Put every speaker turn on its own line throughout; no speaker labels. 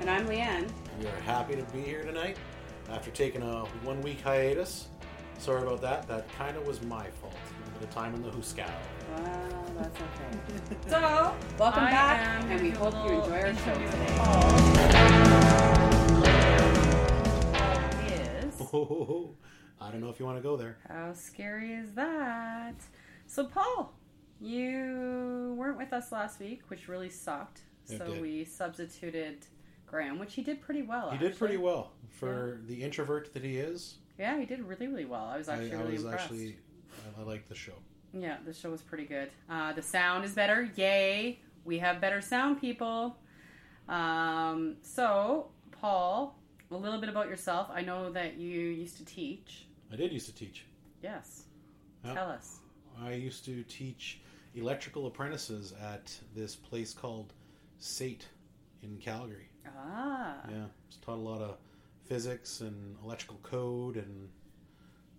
And I'm Leanne.
We are happy to be here tonight after taking a one week hiatus. Sorry about that. That kind of was my fault. A little bit of time in the Huskow.
Well, that's okay. so, welcome
Ah, I
back,
am
and we
gonna
hope
do a
you
little
enjoy our show
interview
today.
Is
I don't know if you want to go there.
how scary is that? So Paul, you weren't with us last week, which really sucked.
It
so
did.
we substituted Graham, which he did pretty well.
He did
actually.
pretty well for the introvert that he is.
Yeah, he did really really well. I was
I,
actually
I
really
was
impressed.
actually, I, I like the show.
Yeah, the show was pretty good. Uh, the sound is better. Yay! We have better sound people. Um, so, Paul, a little bit about yourself. I know that you used to teach.
I did used to teach.
Yes.
Yeah.
Tell us.
I used to teach electrical apprentices at this place called SATE in Calgary.
Ah.
Yeah, just taught a lot of physics and electrical code, and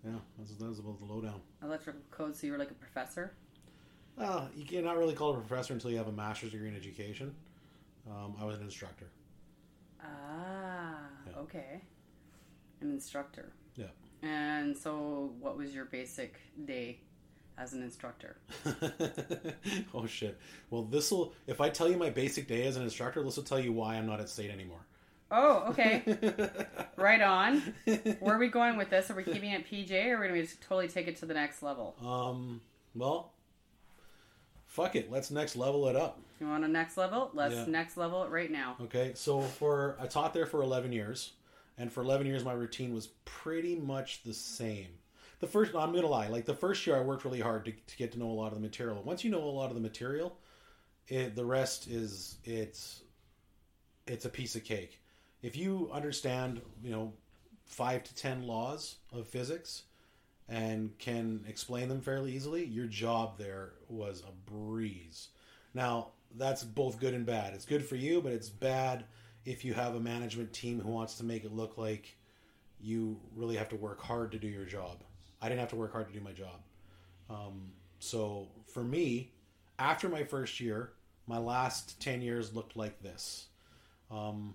yeah, that's that was about the lowdown.
Electrical code, so you were like a professor?
Uh, you cannot really call it a professor until you have a master's degree in education. Um, I was an instructor.
Ah.
Yeah.
Okay. An instructor.
Yeah.
And so, what was your basic day as an instructor?
oh shit! Well, this will. If I tell you my basic day as an instructor, this will tell you why I'm not at state anymore.
Oh, okay. right on. Where are we going with this? Are we keeping it PJ or are we going to totally take it to the next level?
um. Well, fuck it. Let's next level it up.
You want a next level? Let's
Yeah.
next level it right now.
Okay, so for I taught there for eleven years, and for eleven years my routine was pretty much the same. The first, I'm gonna lie, like the first year I worked really hard to, to get to know a lot of the material. Once you know a lot of the material, it, the rest is it's it's a piece of cake. If you understand, you know, five to ten laws of physics and can explain them fairly easily, your job there was a breeze. Now, that's both good and bad. It's good for you, but it's bad if you have a management team who wants to make it look like you really have to work hard to do your job. I didn't have to work hard to do my job. Um, so for me, after my first year, my last 10 years looked like this. Um,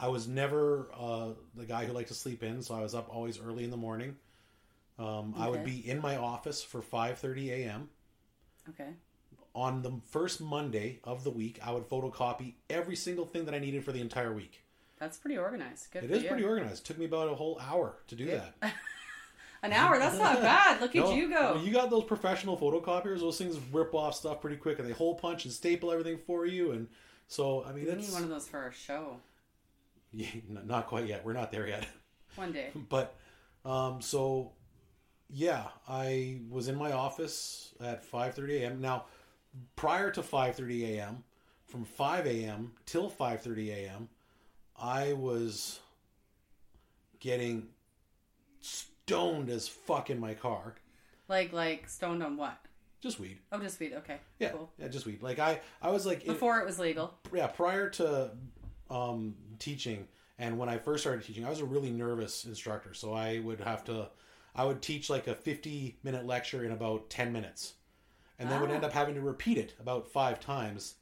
I was never uh, the guy who liked to sleep in, so I was up always early in the morning. Um, I would
Okay.
be in my office for 5:30 a.m
Okay.
on the first Monday of the week, I would photocopy every single thing that I needed for the entire week.
That's pretty organized. Good
It
for
is
you.
pretty organized. took me about a whole hour to do
Yeah.
that.
An hour? That's not bad. Look at
No,
you go.
You got those professional photocopiers; those things rip off stuff pretty quick, and they hole punch and staple everything for you. And so, I mean,
we need
it's
one of those for our show
yeah, n- not quite yet. We're not there yet.
one day.
but um, so yeah, I was in my office at 5:30 a.m. Now, prior to 5:30 a.m., from 5 a.m. till 5:30 a.m., I was getting stoned as fuck in my car,
Like, like stoned on what?
just weed.
Oh, just weed. Okay.
Yeah,
Cool.
yeah, just weed. Like I, I was like in-
Before it was legal.
yeah prior to um, teaching and when i first started teaching i was a really nervous instructor so i would have to i would teach like a 50 minute lecture in about 10 minutes and then would
Ah.
end up having to repeat it about five times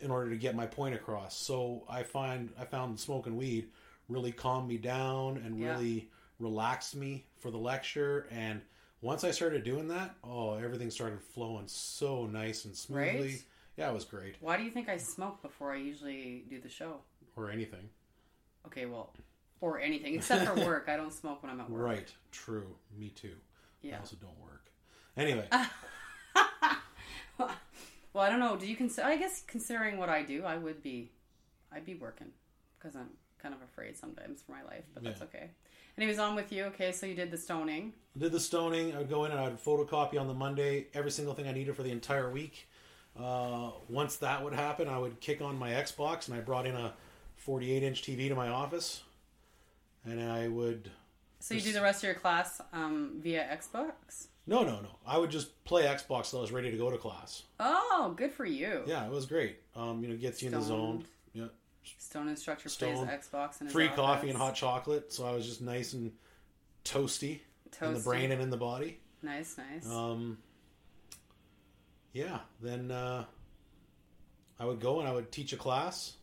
in order to get my point across so i find i found smoking weed really calmed me down and
Yeah.
really relaxed me for the lecture and once i started doing that oh everything started flowing so nice and smoothly
Right?
yeah it was great
Why do you think I smoke before I usually do the show?
or anything
Okay, well, or anything except for work. I don't smoke when I'm at work.
Right. True. Me too. I
Yeah.
also don't work. Anyway,
Well, I don't know. Do you consider? I guess considering what I do, I would be, I'd be working because I'm kind of afraid sometimes for my life, but that's
Yeah.
okay. And he was on with you. Okay, so you did the stoning.
I did the stoning. I would go in and I would photocopy on the Monday every single thing I needed for the entire week. Uh, once that would happen, I would kick on my Xbox and I brought in a 48 inch TV to my office. And I would.
So you do the rest of your class um, via Xbox.
No, no, no. I would just play Xbox till I was ready to go to class.
Oh, good for you.
Yeah, it was great. Um, you know, gets you in the zone.
Stoned.
Yeah.
Stone instructor
Stoned.
plays Xbox and
Free coffee and hot chocolate. So I was just nice and toasty in the brain and in the body.
Nice, nice.
Um, yeah, then uh, I would go and I would teach a class,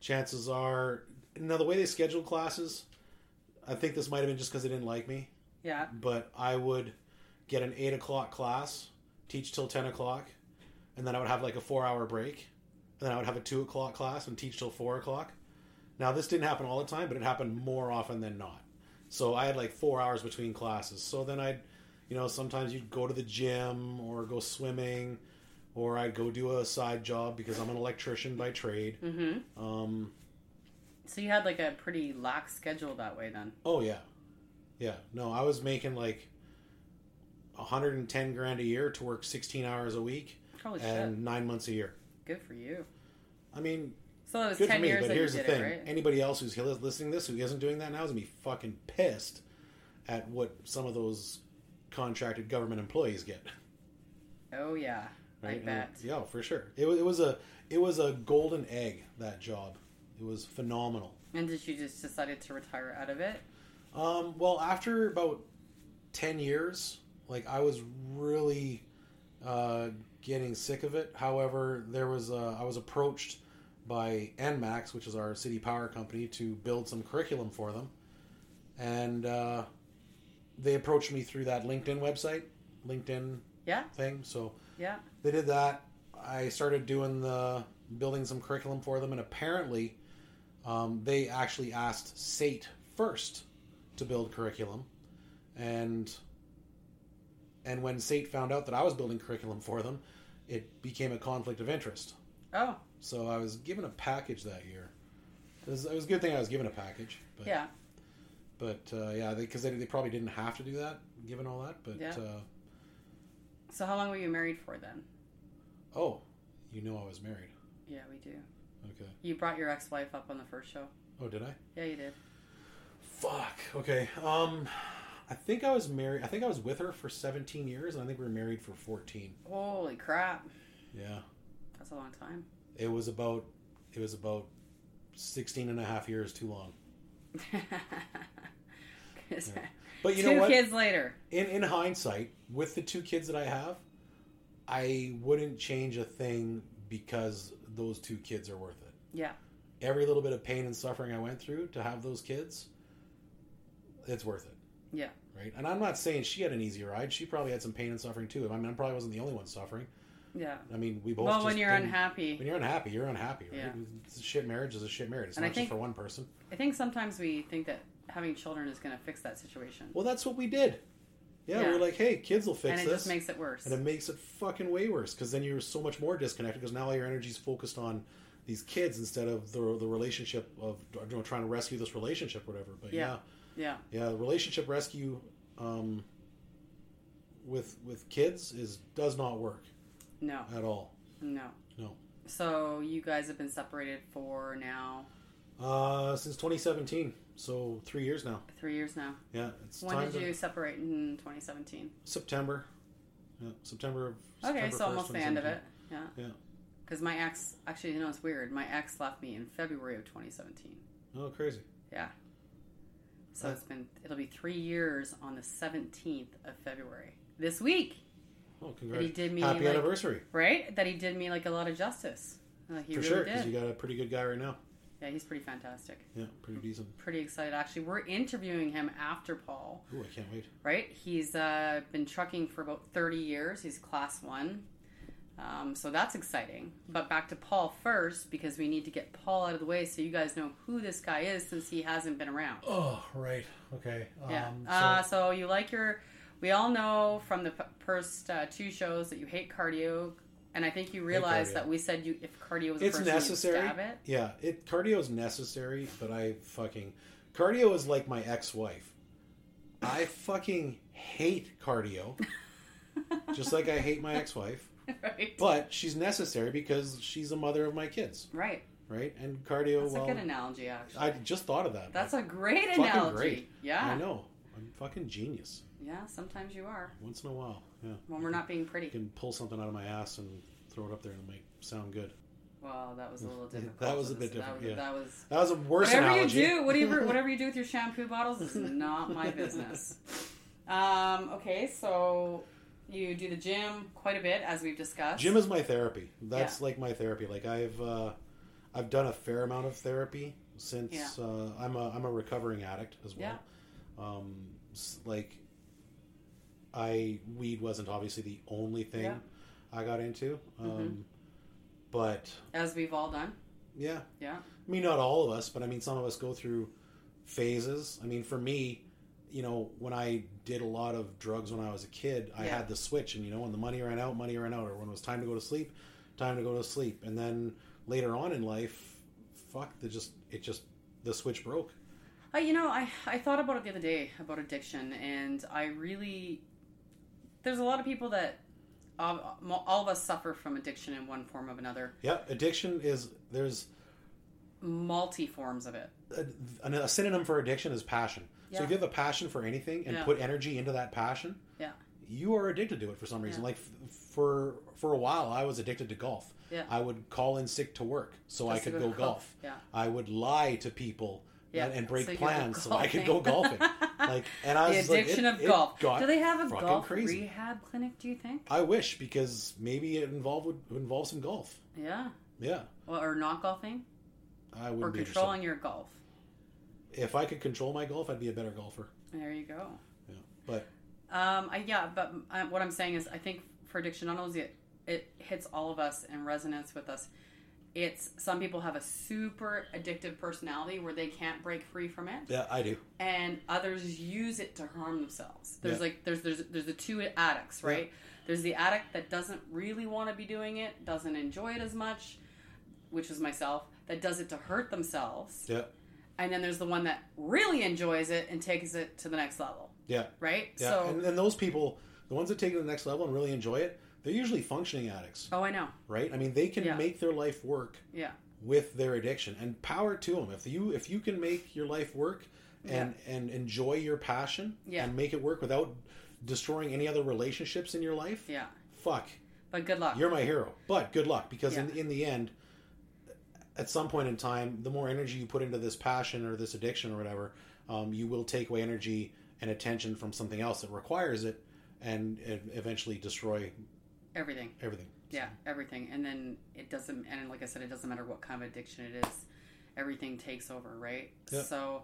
chances are now the way they scheduled classes i think this might have been just because they didn't like me
Yeah.
but i would get an 8 o'clock class teach till 10 o'clock and then i would have like a four hour break and then i would have a 2 o'clock class and teach till 4 o'clock now this didn't happen all the time but it happened more often than not so i had like four hours between classes so then i'd you know sometimes you'd go to the gym or go swimming or i'd go do a side job because i'm an electrician by trade
Mm-hmm.
um,
So you had like a pretty lax schedule that way then.
Oh yeah, yeah. No, I was making like 110 grand a year to work 16 hours a week
Holy
and
shit.
nine months a year.
Good for you.
I mean,
So it was
good for
10
me.
years
But
that you
here's the
did
thing:
it, right?
anybody else who's li- listening to this who isn't doing that now is gonna be fucking pissed at what some of those contracted government employees get.
Oh, yeah. I
And,
bet.
yeah, for sure. It, wa- it was a it was a golden egg that job. It was phenomenal.
And did you just decided to retire out of it?
Um, well, after about ten years, like I was really uh, getting sick of it. However, there was uh, I was approached by NMAX, which is our city power company, to build some curriculum for them, and uh, they approached me through that LinkedIn website, LinkedIn
Yeah.
thing. So
Yeah.
they did that. I started doing the building some curriculum for them, and apparently, um, they actually asked Sate first to build curriculum, and and when Sate found out that I was building curriculum for them, it became a conflict of interest.
Oh,
So I was given a package that year. It was, it was a good thing I was given a package, but
yeah.
but uh, yeah, because they, they, probably didn't have to do that given all that. But
Yeah.
uh,
So how long were you married for then?
oh, you know I was married.
Yeah, we do.
Okay.
You brought your ex-wife up on the first show.
Oh, did I?
Yeah, you did.
Fuck. Okay. Um, I think I was married. I think I was with her for 17 years, and I think we were married for 14.
Holy crap.
Yeah.
That's a long time.
It was about. It was about 16 and a half years too long.
'Cause
Yeah. But you
Two
know what?
kids later.
In in hindsight, with the two kids that I have, I wouldn't change a thing because those two kids are worth it.
Yeah.
Every little bit of pain and suffering I went through to have those kids, it's worth it.
Yeah.
Right. And I'm not saying she had an easy ride. She probably had some pain and suffering too. I mean, I probably wasn't the only one suffering.
Yeah.
I mean, we both.
Well,
just
when you're
didn't-
unhappy,
when you're unhappy, you're unhappy, right?
Yeah.
It's a shit marriage is a shit marriage. It's
And I
not just
think-
for one person.
I think sometimes we think that having children is going to fix that situation,
Well, that's what we did. Yeah, we
Yeah.
were like, hey, kids will fix
and it
this,
just makes it worse.
and it makes it fucking way worse because then you're so much more disconnected because now all your energy's focused on these kids instead of the the relationship of you know, trying to rescue this relationship, or whatever. But yeah,
Yeah. yeah.
yeah, the relationship rescue um, with with kids is does not work
No.
at all.
No.
No.
So you guys have been separated for now
Uh, since 2017, so three years now.
three years now.
Yeah, it's
When
time
did
to-
you separate in 2017?
September. Yeah, September of
Okay,
September
so almost
1st,
the end of
2017.
it. Yeah.
Yeah.
Because my ex, actually, you know, it's weird. My ex left me in February of 2017.
Oh, crazy.
So
Huh.
it's been, it'll be three years on the 17th of February this week
Oh,
that he
congrats.
did me,
Happy
like,
anniversary.
right? That he did me like a lot of justice. Like, he
for
really
sure,
did.
because you got a pretty good guy right now.
Yeah, he's pretty fantastic.
Yeah, pretty decent.
Pretty excited, actually. We're interviewing him after Paul.
Ooh, I can't wait.
right? He's uh, been trucking for about 30 years. He's class one. Um, so that's exciting. But back to Paul first, because we need to get Paul out of the way so you guys know who this guy is since he hasn't been around.
Oh, right. Okay. um,
yeah. uh, so you like your. We all know from the p- first uh, two shows that you hate cardio. And I think you realize
cardio.
that we said you if cardio was a
It's
person,
necessary.
You'd stab it.
yeah, it cardio is necessary, but I fucking cardio is like my ex-wife. I fucking hate cardio, just like I hate my ex-wife.
right.
But she's necessary because she's a mother of my kids,
Right.
right? And cardio.
That's
Oh, well,
a good analogy, actually.
I just thought of that.
That's a great
Fucking
analogy.
great. I
Yeah.
know. I'm fucking genius.
Yeah. Sometimes you are
Once in a while, yeah.
when we're not being pretty.
I can pull something out of my ass and throw it up there and make sound good.
Well, that was a little
Yeah,
difficult.
that was
for
a bit
this-
different,
That was,
yeah.
that was
That was a worse
whatever
analogy.
you do, whatever whatever you do with your shampoo bottles is not my business. Um, okay, so you do the gym quite a bit, as we've discussed.
Gym is my therapy. That's like my therapy. Like I've, uh, I've done a fair amount of therapy since
Yeah.
uh, I'm a I'm a recovering addict as well.
Yeah.
Um, s- like, I weed wasn't obviously the only thing
Yeah.
I got into, um,
Mhm.
but
as we've all done.
yeah,
Yeah.
I mean, not all of us, but I mean, some of us go through phases. I mean, for me, you know, when I did a lot of drugs when I was a kid, I
Yeah.
had the switch, and you know, when the money ran out, money ran out, or when it was time to go to sleep, time to go to sleep, and then later on in life, fuck, the just it just the switch broke.
Uh, you know, I, I thought about it the other day about addiction, and I really. There's a lot of people that. Uh, all of us suffer from addiction in one form of another,
Yeah, addiction is there's
multi forms of it.
a, a synonym for addiction is passion. So
Yeah.
if you have a passion for anything and
Yeah.
put energy into that passion,
Yeah.
you are addicted to it for some reason.
Yeah.
Like f- for for a while, I was addicted to golf.
Yeah.
I would call in sick to work so I
Just to
could go,
go
golf.
golf. Yeah.
I would lie to people
Yeah.
and, and break
So you go
plans so I could go golfing.
golfing.
like, and I
the
was just like,
addiction
it-
of
it
golf.
got
Do they have a
fucking
golf
crazy.
rehab clinic? Do you think?
I wish because maybe it involved would involve some golf.
Yeah,
Yeah,
well, or not golfing,
I would.
or
be
controlling your golf.
Interested. If I could control my golf, I'd be a better golfer.
There you go.
Yeah, but
Um, I, yeah, but uh, what I'm saying is, I think for addiction, not only is it, it hits all of us and resonates with us, it's some people have a super addictive personality where they can't break free from it,
yeah, I do.
and others use it to harm themselves. There's
Yeah.
like there's there's there's the two addicts, right? There's the addict that doesn't really want to be doing it, doesn't enjoy it as much, which is myself. That does it to hurt themselves,
Yeah,
and then there's the one that really enjoys it and takes it to the next level,
yeah.
right?
Yeah,
So
and, and those people, the ones that take it to the next level and really enjoy it, they're usually functioning addicts,
oh, I know,
right? I mean, they can
Yeah.
make their life work
yeah.
with their addiction, and power to them. If you if you can make your life work and and enjoy your passion
Yeah.
and make it work without destroying any other relationships in your life,
Yeah,
fuck,
but good luck.
you're my hero. But good luck because in,
Yeah.
in the end, at some point in time, the more energy you put into this passion or this addiction or whatever, um, you will take away energy and attention from something else that requires it and, and eventually destroy
everything.
everything.
Yeah, everything. And then it doesn't. And like I said, it doesn't matter what kind of addiction it is. Everything takes over, right?
Yeah.
So,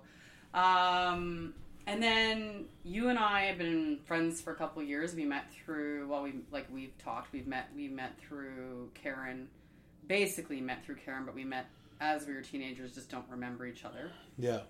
um, and then you and I have been friends for a couple of years. We met through well, we like we've talked. We've met. We met through Karen. Basically, met through Karen, but we met as we were teenagers. Just don't remember each other.
Yeah.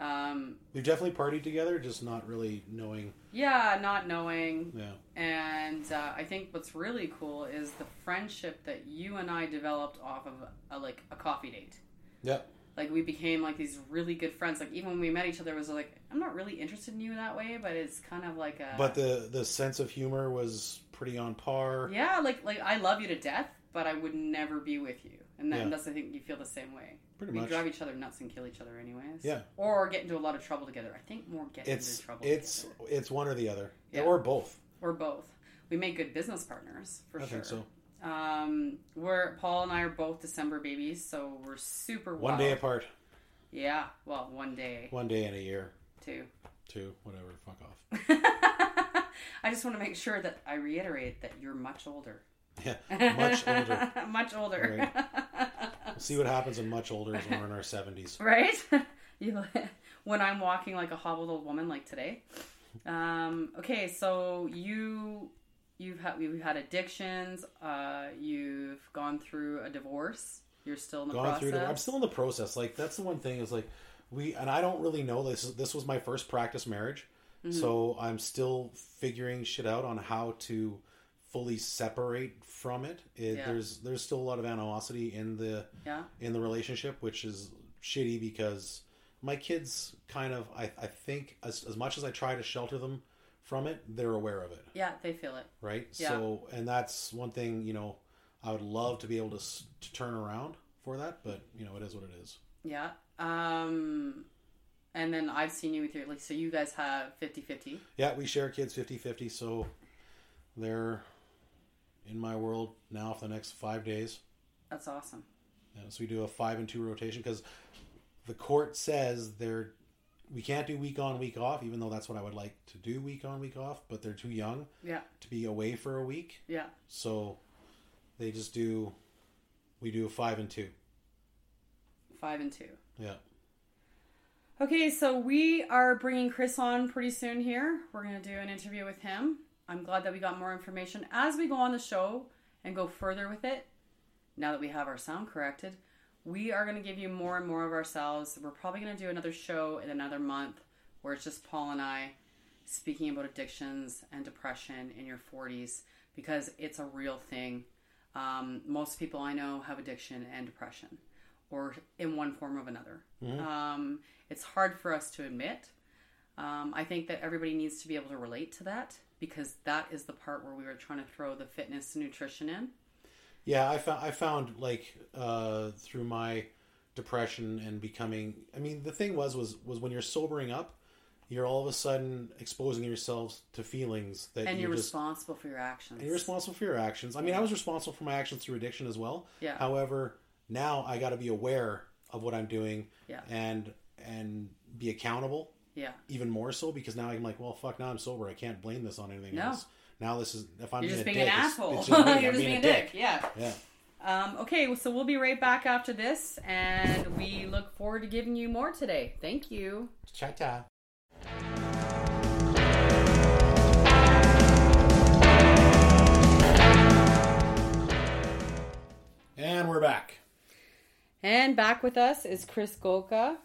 Um,
We've definitely partied together, just not really knowing.
yeah, not knowing
Yeah.
And uh, I think what's really cool is the friendship that you and I developed off of a, like a coffee date.
Yeah.
Like we became like these really good friends. Like even when we met each other, it was like I'm not really interested in you that way, but it's kind of like a
But the the sense of humor was pretty on par.
yeah, like like I love you to death, but I would never be with you. And then
Yeah.
that's I think you feel the same way.
Pretty
we
much.
drive each other nuts and kill each other anyways.
Yeah.
Or get into a lot of trouble together. I think more get
It's
into trouble.
it's
together.
it's one or the other,
Yeah.
or both.
or both. We made good business partners for
I
sure.
think so.
Um, we're Paul and I are both December babies, so we're super
One
wild.
day apart,
Yeah, well, one day
one day in a year,
too.
two, whatever. Fuck off.
I just want to make sure that I reiterate that you're much older.
Yeah, much older.
much older.
We'll see what happens in much older is when we're in our seventies.
Right? you, when I'm walking like a hobbled old woman, like today. Um, okay, so you you've had we've had addictions. Uh, you've gone through a divorce. You're still in the
Gone
process.
through. The, I'm still in the process. Like that's the one thing is like we and I don't really know this. This was my first practice marriage,
Mm-hmm.
so I'm still figuring shit out on how to fully separate from it. it
Yeah.
There's there's still a lot of animosity in the
yeah.
in the relationship, which is shitty because my kids kind of I I think as as much as I try to shelter them from it, they're aware of it.
Yeah, they feel it.
right?
Yeah.
So, and that's one thing you know, I would love to be able to s- to turn around for that, but you know, it is what it is.
Yeah. Um and then I've seen you with your like so you guys have 50-50.
Yeah, we share kids 50-50, so they're in my world now for the next five days.
That's awesome.
Yeah, so we do a five and two rotation because the court says they're we can't do week on week off, even though that's what I would like to do week on week off, but they're too young
Yeah.
to be away for a week,
Yeah.
so they just do we do a five and two.
five and two.
Yeah.
Okay, so we are bringing Chris on pretty soon here. We're going to do an interview with him. I'm glad that we got more information as we go on the show and go further with it. Now that we have our sound corrected, we are going to give you more and more of ourselves. We're probably going to do another show in another month where it's just Paul and I speaking about addictions and depression in your 40s because it's a real thing. Um, most people I know have addiction and depression or in one form of another.
Mm-hmm.
Um, it's hard for us to admit. Um, I think that everybody needs to be able to relate to that because that is the part where we were trying to throw the fitness and nutrition in.
Yeah, I found I found like uh, through my depression and becoming. I mean, the thing was was was when you're sobering up, you're all of a sudden exposing yourselves to feelings that
And
you
you're
just
responsible for your actions.
and you're responsible for your actions. I mean, I was responsible for my actions through addiction as well.
Yeah.
However, now I got to be aware of what I'm doing.
Yeah.
And and be accountable
yeah.
even more so because now I'm like, well, fuck, now I'm sober. I can't blame this on anything
No.
else. Now this is if I'm
You're just
being
being
a
an
dick, it's-
asshole.
it's just me.
you're
I'm
just being a dick. Yeah.
Yeah.
Um, okay, well, so we'll be right back after this, and we look forward to giving you more today. Thank you.
Cha-cha. And we're back.
And back with us is Chris Golka.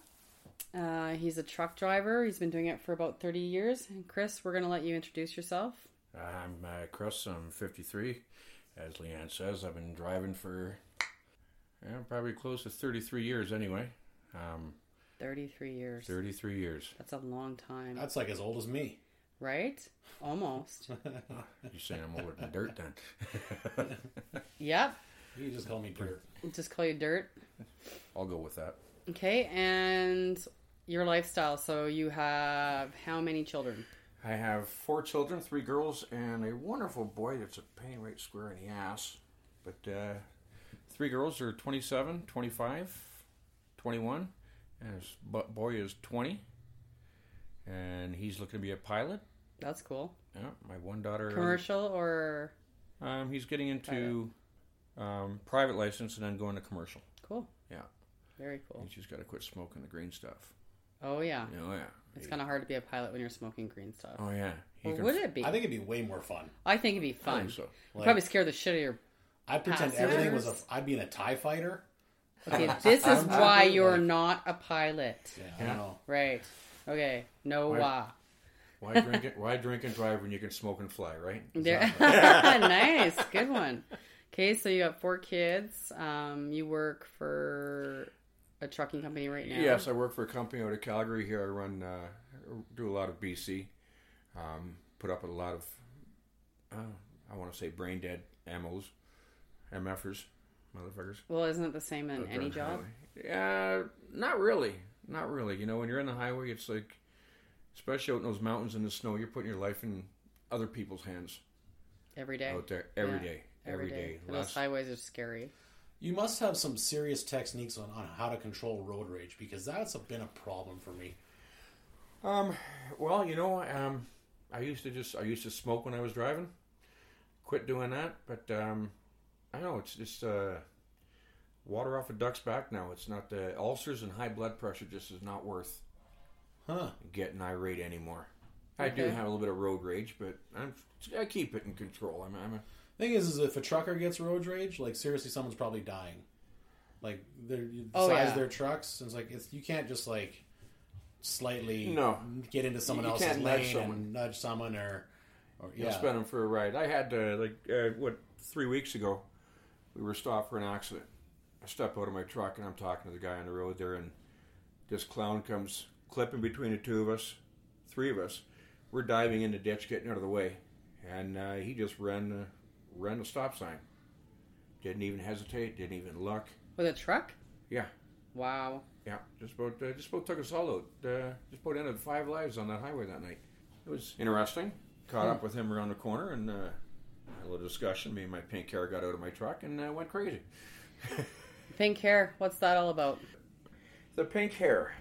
Uh, he's a truck driver. He's been doing it for about 30 years. And Chris, we're going to let you introduce yourself.
I'm uh, Chris. I'm 53. As Leanne says, I've been driving for yeah, probably close to 33 years anyway. Um,
33 years.
33 years.
That's a long time,
That's like as old as me.
right? Almost.
You're saying I'm older than dirt then?
yep.
You just call me dirt.
Just call you dirt.
I'll go with that.
Okay, and your lifestyle. So you have how many children?
I have four children, three girls, and a wonderful boy that's a pain right square in the ass. But uh, three girls are 27, 25, 21, and his bu- boy is 20. And he's looking to be a pilot.
That's cool.
Yeah, my one daughter.
Commercial or
Um, he's getting into um, private license and then going to commercial.
cool?
Yeah.
Very cool.
He's just got to quit smoking the green stuff.
Oh yeah.
Oh yeah.
It's
He-
kind of hard to be a pilot when you're smoking green stuff.
Oh yeah. He
Or
can-
would it be?
I think it'd be way more fun.
I think it'd be
I
fun.
think so.
You'd probably scare the shit out of your.
I'd pretend
Passengers.
everything was a. I'd be in a Tie fighter.
Okay, this is
I'm-
why
I'm-
you're not a pilot.
Yeah. I
Yeah.
don't know.
Right. Okay. No
Why-
why.
Why drink it? Why drink and drive when you can smoke and fly, right?
There. nice. Good one. Okay, so you got four kids. Um, you work for a trucking company right now.
Yes, I work for a company out of Calgary. Here, I run, uh, do a lot of BC, um, put up with a lot of, uh, I want to say brain dead MOs, MFers, motherfuckers.
Well, isn't it the same in any
Driving
job?
highway. Uh, not really, not really. You know, when you're in the highway, it's like, especially out in those mountains in the snow, you're putting your life in other people's hands
Every day.
out there every
Yeah,
day, Oh, every day.
And Those
Last-
highways are scary.
You must have some serious techniques on, on how to control road rage because that's been a problem for me.
Um, well, you know, um, I used to just I used to smoke when I was driving. Quit doing that, but um, I don't know it's just uh, water off a duck's back now. It's not the ulcers and high blood pressure just is not worth
Huh.
getting irate anymore. I do
Okay.
have a little bit of road rage, but I'm I keep it in control. I'm, I'm a,
Thing is, is if a trucker gets road rage, like seriously, someone's probably dying. Like their the
Oh,
size
yeah.
of their trucks, it's like it's you can't just like slightly
No.
get into someone
You
else's
can't nudge
lane
someone.
and nudge someone or or
yeah.
yeah.
spend them for a ride. I had uh, like uh, what three weeks ago, we were stopped for an accident. I step out of my truck and I'm talking to the guy on the road there, and this clown comes clipping between the two of us, three of us. We're diving in the ditch, getting out of the way, and uh, he just ran the ran the stop sign. Didn't even hesitate. Didn't even look.
With a truck?
Yeah,
Wow.
yeah. Just about uh, just about took us all out. Uh, just about ended five lives on that highway that night. It was interesting. Caught up with him around the corner and uh, had a little discussion. Me and my pink hair got out of my truck and uh, went crazy.
Pink hair. What's that all about?
The pink hair.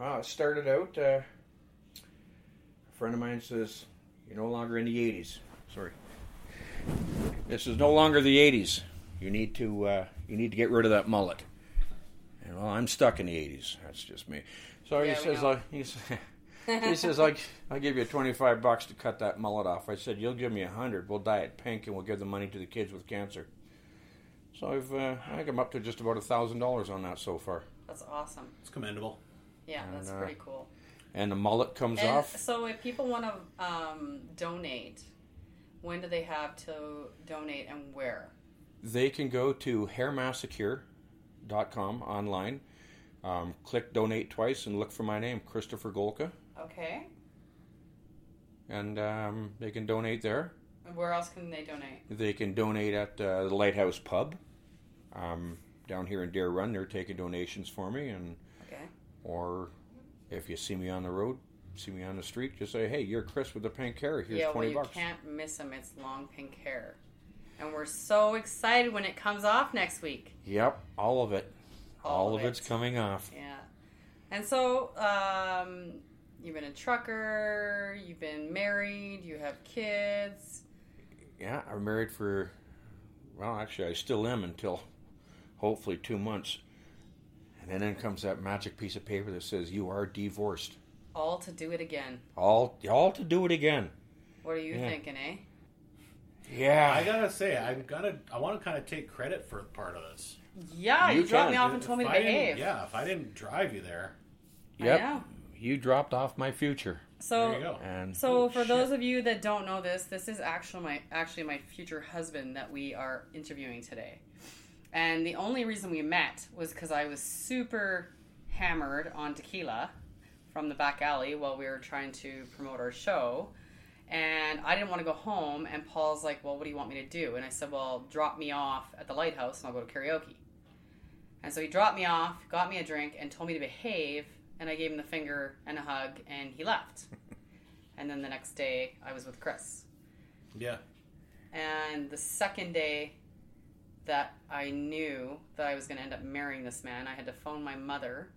Uh, it started out. Uh, a friend of mine says, "You're no longer in the '80s." Sorry. This is no longer the '80s. You need to uh, you need to get rid of that mullet. And, well, I'm stuck in the 80s. That's just me. So
Yeah,
he
we
says,
know.
uh, he says, he says, I, I'll give you 25 bucks to cut that mullet off. I said, you'll give me a 100. We'll dye it pink and we'll give the money to the kids with cancer. So I've, uh, I think I'm up to just about a $1,000 on that so far.
That's awesome.
It's commendable.
Yeah, that's
And, uh,
pretty cool.
And the mullet comes
And
off.
so, if people want to um, donate, when do they have to donate and where?
They can go to hairmassacre.com online, um, click donate twice, and look for my name, Christopher Golka.
Okay.
And um, they can donate there.
And where else can they donate?
They can donate at uh, the Lighthouse Pub um, down here in Dare Run. They're taking donations for me, and
Okay.
or if you see me on the road, see me on the street, just say, "Hey, you're Chris with the pink hair. Here's
yeah, well,
twenty
you
bucks."
can't miss them. It's long pink hair. And we're so excited when it comes off next week.
Yep, all of it. All,
All
of
of
it's
it.
coming off.
Yeah. And so, um, you've been a trucker, you've been married, you have kids.
Yeah, I am married for, well, actually, I still am until hopefully two months. And then in comes that magic piece of paper that says, You are divorced.
All to do it again.
All, all to do it again.
What are you
Yeah.
thinking, eh?
Yeah.
I gotta say, I'm gonna. I want to kind of take credit for part of this.
Yeah,
You
you, dropped
can.
me off and told me
If
to
I didn't-
behave.
Yeah, if I didn't drive you there,
I know.
You dropped off my future.
So,
there you go.
And
So, for those of you that don't know this, this is actually my actually my future husband that we are interviewing today. And the only reason we met was because I was super hammered on tequila from the back alley while we were trying to promote our show. And I didn't want to go home. And Paul's like, "Well, what do you want me to do?" And I said, "Well, drop me off at the lighthouse, and I'll go to karaoke." And so he dropped me off, got me a drink, and told me to behave. And I gave him the finger and a hug, and he left. And then the next day, I was with Chris.
Yeah.
And the second day that I knew that I was going to end up marrying this man, I had to phone my mother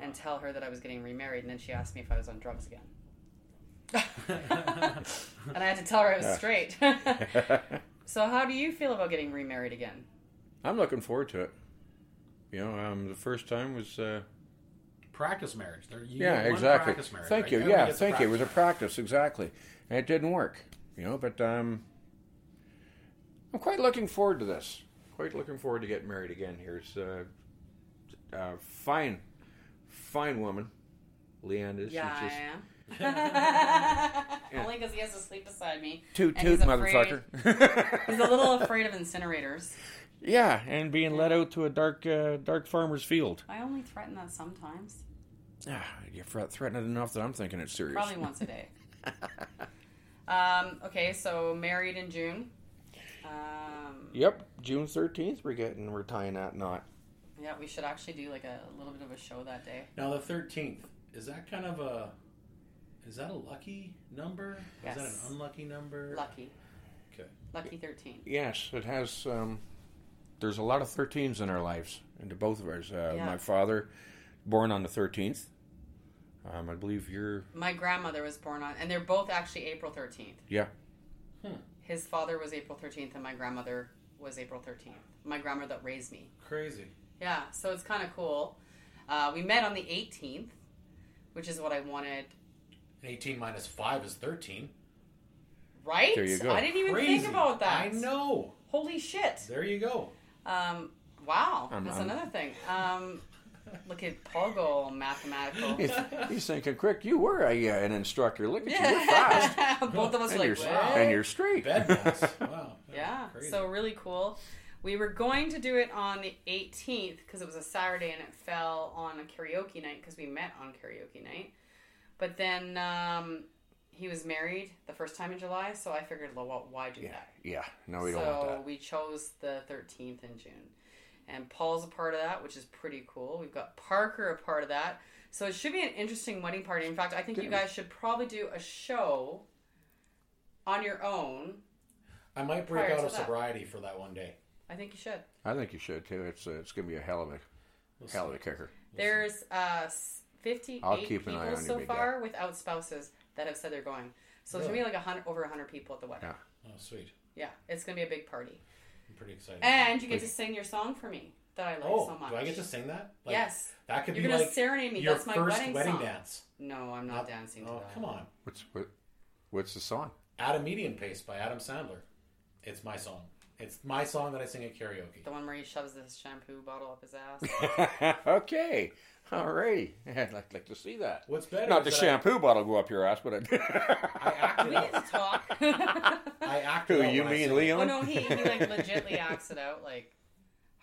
and tell her that I was getting remarried. And then she asked me if I was on drugs again. and I had to tell her I was
Yeah.
straight. so, how do you feel about getting remarried again?
I'm looking forward to it. You know, um, the first time was. Uh,
Practice marriage. There, you
yeah,
get one
exactly.
Practice marriage,
Thank
right?
you.
Everybody
Yeah,
gets
thank you. It was a
practice
practice, exactly. And it didn't work. You know, but um, I'm quite looking forward to this. Quite looking forward to getting married again. Here's a uh, uh, fine, fine woman, Leanne is.
yeah,
She's just
I am. Only because he has to sleep beside me.
toot
And he's
toot,
afraid.
motherfucker.
He's a little afraid of incinerators.
yeah, and being led out to a dark, uh, dark farmer's field.
I only threaten that sometimes.
Ah, you're thre- threatened enough that I'm thinking it's serious.
Probably once a day. um, okay, so married in June. Um,
Yep, June thirteenth. We're getting we're tying that knot.
yeah, we should actually do like a, little bit of a show that day.
Now the thirteenth is that kind of a is that a lucky number? Is that
Yes.
an unlucky number?
Lucky.
Okay.
Lucky 13.
Yes, it has. Um, there's a lot of thirteens in our lives, into both of ours. Uh,
Yeah.
My father, born on the thirteenth. Um, I believe you're.
My grandmother was born on, and they're both actually April 13th.
Yeah.
Hmm.
His father was April 13th, and my grandmother was April 13th. My grandmother that raised me.
Crazy.
Yeah, so it's kind of cool. Uh, we met on the 18th, which is what I wanted.
Eighteen minus five is thirteen.
Right?
There you go.
I didn't even
Crazy.
think about that.
I know.
Holy shit.
There you go.
Um, wow,
I'm-
that's
I'm-
another thing. Um, look at Paul go all mathematical.
He's, he's thinking, quick, you were a, uh, an instructor. Look at you, you're fast.
Yeah. Both of us
And,
are like,
you're,
what?
and you're straight.
Bed mass. wow.
yeah.
Crazy.
So really cool. We were going to do it on the 18th because it was a Saturday and it fell on a karaoke night because we met on karaoke night. But then um, he was married the first time in July, so I figured, well, wh- why do
yeah,
that?
yeah. No, we
so
don't want that.
we chose the 13th in June. And Paul's a part of that, which is pretty cool. We've got Parker a part of that. So it should be an interesting wedding party. In fact, I think you
Good.
guys should probably do a show on your own.
I might break
prior
out
to
of
that.
sobriety for that one day.
I think you should.
I think you should too. It's uh, it's gonna be a hell of a hell of a kicker.
There's uh, s- 58
I'll keep an
people
eye on you,
so
big guy.
far without spouses that have said they're going. So there's going to be like a hundred, over 100 people at the wedding.
Yeah.
Oh, sweet.
yeah it's going to be a big party.
I'm pretty excited.
And Eh, you get to sing your song for me. that I like
oh,
so much.
do I get to sing that? Like,
yes.
That could
You're
be
gonna
like
serenade me.
your
That's my
first
wedding,
wedding
song.
dance.
No, I'm not dancing to
Oh,
that.
come on.
What's what? What's the song?
At a Medium Pace by Adam Sandler. It's my song. It's my song that I sing at karaoke.
The one where he shoves this shampoo bottle up his ass.
okay, alrighty. I'd like, like to see that.
What's better?
Not
is
the
that
shampoo bottle go up your ass, but I...
I, I acted
we
out.
need to talk. oh
I acted
who
out
you
when I
mean,
sang it.
Leon?
no, he, he like legitly acts it out. Like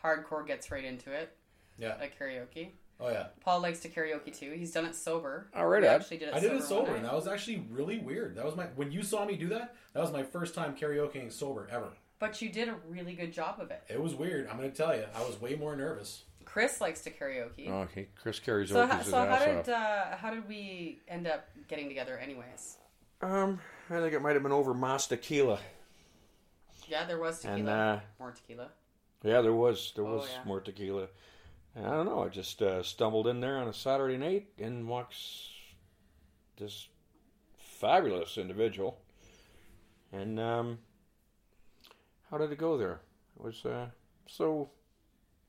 hardcore gets right into it
Yeah.
at karaoke.
Oh yeah.
Paul likes to karaoke too. He's done it sober.
All right,
We
Ed.
actually did it.
I did it
one
sober, and
night.
that was actually really weird. That was my when you saw me do that. That was my first time karaokeing sober ever.
But you did a really good job of it.
It was weird. I'm gonna tell you, I was way more nervous.
Chris likes to karaoke.
okay, Oh, Chris carries
so
over
how,
his
so how
ass
did
off.
uh, how did we end up getting together anyways?
Um, I think it might have been over Mas Tequila.
Yeah, there was tequila.
And, uh,
More tequila.
Yeah, there was there
Oh,
was
yeah.
more tequila. And I don't know. I just uh, stumbled in there on a Saturday night, and walks this fabulous individual. And um, how did it go there? It was uh, so.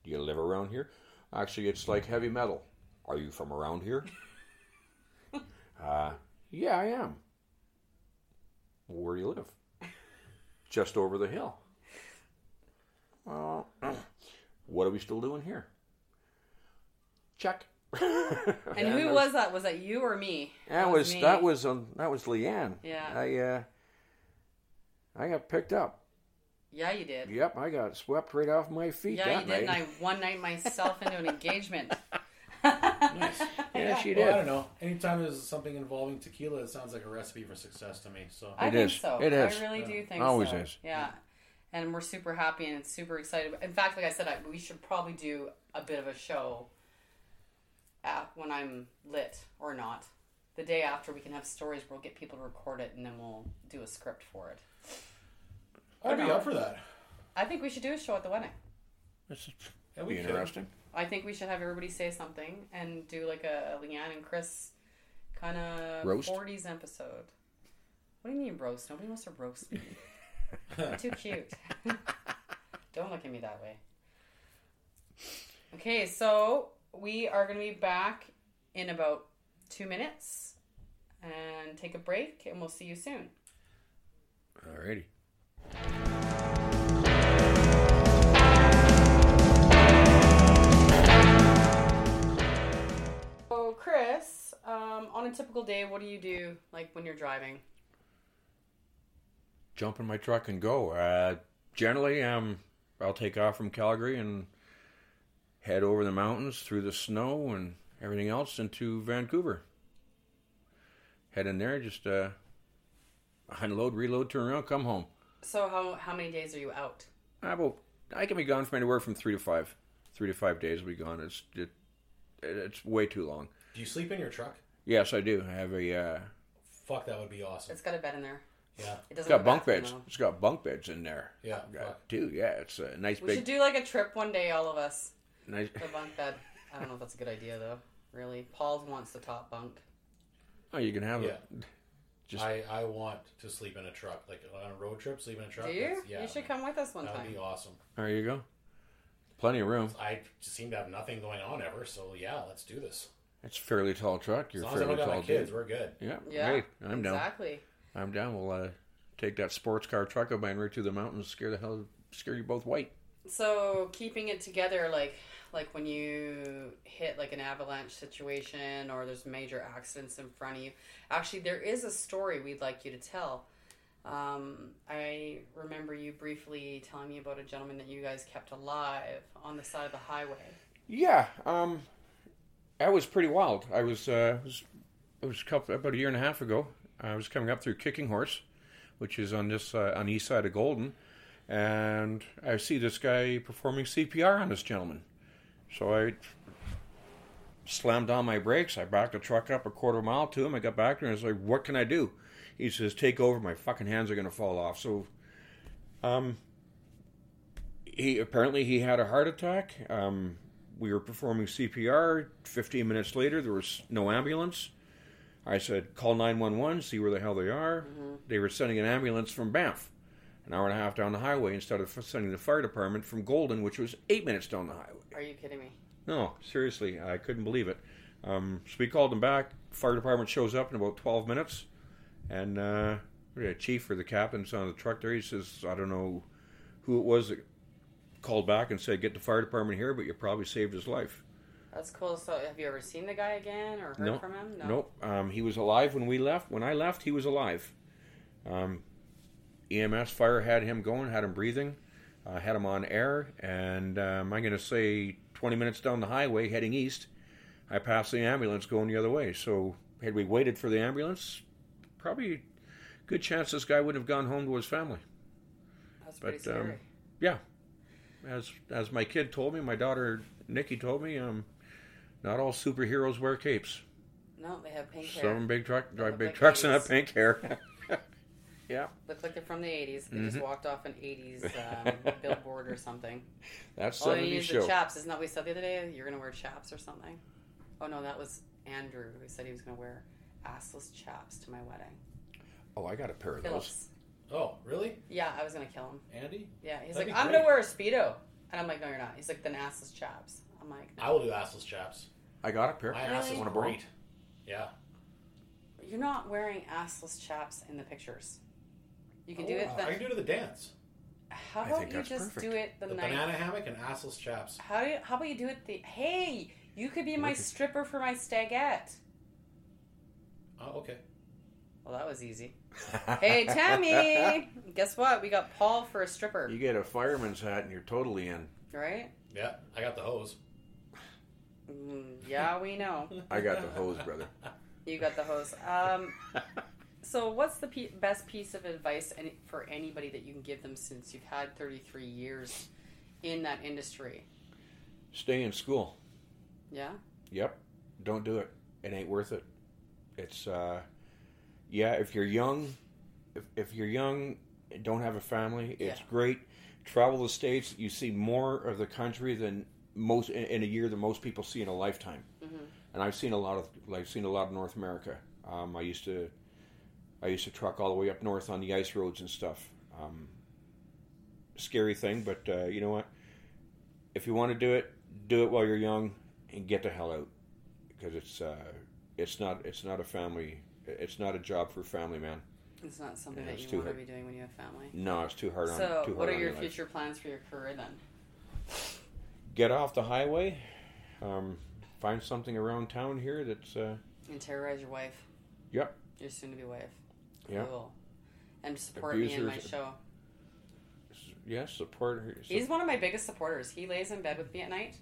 Do you live around here? Actually, it's like heavy metal. Are you from around here? uh, yeah, I am. Where do you live? Just over the hill. Well, what are we still doing here? Check.
And who
that-
was that? Was that you or me?
That was
me.
that was um, that was Leanne.
Yeah.
I uh, I got picked up.
Yeah, you did.
Yep, I got swept right off my feet
Yeah,
that
you did. And
night.
I one night myself into an engagement.
Nice.
Yeah, she
Well, I
did.
don't know. Anytime there's something involving tequila, it sounds like a recipe for success to me. So
I
It
think
is.
so.
It is.
I really do think
Always
so.
is.
Yeah. And we're super happy and super excited. In fact, like I said, I, we should probably do a bit of a show uh when I'm lit or not. The day after, we can have stories where we'll get people to record it and then we'll do a script for it.
I'd be up for that.
I think we should do a show at the wedding.
This is
Yeah, we
be
could.
interesting.
I think we should have everybody say something and do like a Leanne and Chris kind of
Roast?
40s episode. What do you mean roast? Nobody wants to roast me. Too cute. Don't look at me that way. Okay, so we are going to be back in about two minutes and take a break, and we'll see you soon.
Alrighty.
So, Chris, um, on a typical day, what do you do like when you're driving?
Jump in my truck and go. Uh, generally, um, I'll take off from Calgary and head over the mountains through the snow and everything else into Vancouver. Head in there, just uh, unload, reload, turn around, come home.
So, how, how many days are you out?
I will. I can be gone from anywhere from three to five. Three to five days will be gone. It's it, it's way too long.
Do you sleep in your truck?
Yes, I do. I have a. Uh,
Fuck, that would be awesome.
It's got a bed in there.
Yeah,
It doesn't
it's got
have a
bunk
bathroom,
beds.
though.
It's got bunk beds in there.
yeah.
Uh,
fuck.
do yeah. It's a nice
We
big.
should do like a trip one day, all of us.
nice,
The bunk bed. I don't know if that's a good idea though. Really, Paul wants the top bunk.
oh, you can have
Yeah.
it. Just-
I, I want to sleep in a truck, like on a road trip, sleep in a truck.
Do you?
that's- Yeah,
you should come with us one
That
time.
would be awesome.
There you go. Plenty of room.
I just seem to have nothing going on ever, so yeah, let's do this.
It's a fairly tall truck.
As
You're
long as I
fairly
don't got
tall
my kids,
dude.
we're good.
Yeah.
Yeah,
Hey, I'm down.
Exactly.
I'm down. We'll uh, take that sports car truck of mine right through the mountains. Scare the hell. Scare you both white.
So keeping it together, like like when you hit like an avalanche situation or there's major accidents in front of you. Actually, there is a story we'd like you to tell. Um, I remember you briefly telling me about a gentleman that you guys kept alive on the side of the highway.
Yeah, um, that was pretty wild. I was, uh, was it was a couple, about a year and a half ago. I was coming up through Kicking Horse, which is on this uh, on the east side of Golden, and I see this guy performing CPR on this gentleman. So I slammed on my brakes. I backed the truck up a quarter mile to him. I got back there and I was like, "What can I do?" He says, "Take over. My fucking hands are gonna fall off." So, um, he apparently he had a heart attack. Um, we were performing CPR. 15 minutes later, there was no ambulance. I said, call 911, see where the hell they are. They were sending an ambulance from Banff. an hour and a half down the highway instead of sending the fire department from Golden, which was eight minutes down the highway.
Are you kidding me?
No, seriously, I couldn't believe it. Um, so we called them back. Fire department shows up in about 12 minutes, and uh, the chief or the captain's on the truck there. He says, "I don't know who it was that called back and said get the fire department here, but you probably saved his life."
That's cool. So, have you ever seen the guy again or heard
No.
from him?
Nope. Um, he was alive when we left. When I left, he was alive. Um, EMS fire had him going, had him breathing, uh, had him on air, and um, I'm going to say 20 minutes down the highway heading east, I passed the ambulance going the other way. So had we waited for the ambulance, probably good chance this guy would have gone home to his family.
That's pretty
But, um,
scary.
Yeah, as as my kid told me, my daughter Nikki told me, um, not all superheroes wear capes.
no, they have pink hair.
Some big truck drive
look
big
like
trucks and have
ladies.
pink hair. yeah,
Look like they're from the 80s. They
Mm-hmm.
just walked off an 80s um, billboard or something.
that's
All Oh, you
70s
use
show.
the chaps. Isn't that what we said the other day? You're going to wear chaps or something? Oh, no, that was Andrew who said he was going to wear assless chaps to my wedding.
Oh, I got a pair of those.
Phillips.
Oh, really?
Yeah, I was going to kill him.
Andy?
Yeah, he's
That'd
like,
be
I'm
great.
going to wear a Speedo. And I'm like, no, you're not. He's like, then assless chaps. I'm like,
I will do assless chaps.
I got a pair.
My ass is
Really?
one great. Yeah.
You're not wearing assless chaps in the pictures. You can do it.
Oh, I
The,
can do it at the dance.
how
I
about
think
you
that's
just do
perfect.
it the,
The
night?
banana hammock and assless chaps.
How do you, how about you do it the? Hey, you could be my
Okay.
stripper for my stagette.
Oh, okay.
Well, that was easy. Hey, Tammy, guess what? We got Paul for a stripper,
You get a fireman's hat and you're totally in.
right?
Yeah, I got the hose.
Mm, yeah, we know
I got the hose, brother.
you got the hose. Um, so what's the pe- best piece of advice any, for anybody that you can give them since you've had 33 years in that industry?
Stay in school.
Yeah,
Yep. Don't do it. It ain't worth it. It's uh yeah, if you're young if, if you're young and don't have a family, it's
Yeah.
great. Travel the states, you see more of the country than most in, in a year than most people see in a lifetime. And I've seen a lot of I've seen a lot of North America. Um, I used to I used to truck all the way up north on the ice roads and stuff. Um, scary thing, but uh, you know what? If you want to do it, do it while you're young and get the hell out because it's uh, it's not it's not a family it's not a job for family man.
it's not something
Yeah,
that
it's
you
too
want to
hard.
be doing when you have family.
No, it's too hard on.
So,
too hard
what are
on
your
life.
future plans for your career then?
Get off the highway, um, find something around town here that's uh,
And terrorize your wife.
Yep.
Your soon to be wife.
Yeah.
Cool. And support me in my
Abusers-
show.
yes support. Her,
He's one of my biggest supporters. He lays in bed with me at night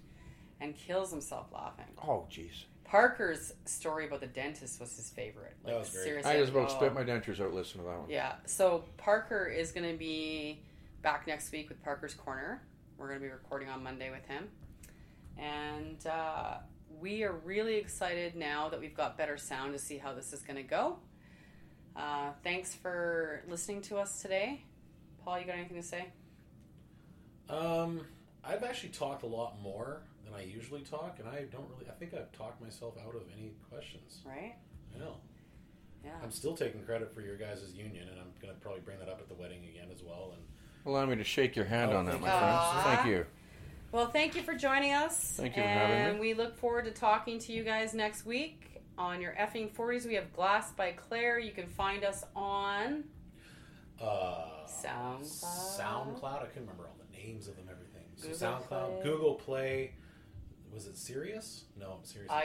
and kills himself laughing.
oh jeez,
Parker's story about the dentist was his favorite. Like,
That was great.
seriously.
I just about
oh.
spit my dentures out listening to that one.
Yeah. So Parker is going to be back next week with Parker's Corner. We're going to be recording on Monday with him. And uh, we are really excited now that we've got better sound to see how this is going to go. Uh, thanks for listening to us today. Paul, you got anything to say?
Um, I've actually talked a lot more than I usually talk, and I don't really. I think I've talked myself out of any questions.
Right?
I know.
Yeah.
I'm still taking credit for your guys' union, and I'm going to probably bring that up at the wedding again as well. And
Allow me to shake your hand
Oh,
on that, my
thank you.
friends. Thank you.
Well, thank you for joining us.
Thank you for
and
having
we look forward to talking to you guys next week on your effing 40s. We have Glass by Claire. You can find us on
uh,
SoundCloud.
SoundCloud. I couldn't remember all the names of them. Everything. So
Google
SoundCloud,
Play.
Google Play. Was it Sirius? No, Sirius. is not.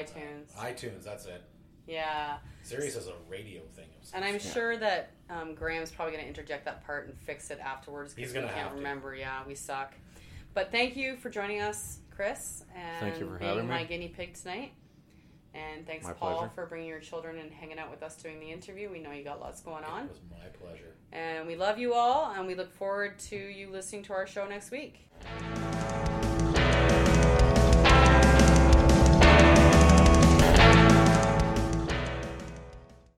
iTunes.
iTunes. That's it.
Yeah.
Sirius is a radio thing. of some
And I'm
sort.
sure that um, Graham's probably going to interject that part and fix it afterwards
He's
because we
gonna
can't
have to.
remember. Yeah, we suck. But thank you for joining us, Chris, and
Thank you for
being
having me.
my guinea pig tonight. And thanks,
My
Paul,
pleasure.
for bringing your children and hanging out with us doing the interview. We know you got lots going on.
It was my pleasure.
And we love you all, and we look forward to you listening to our show next week.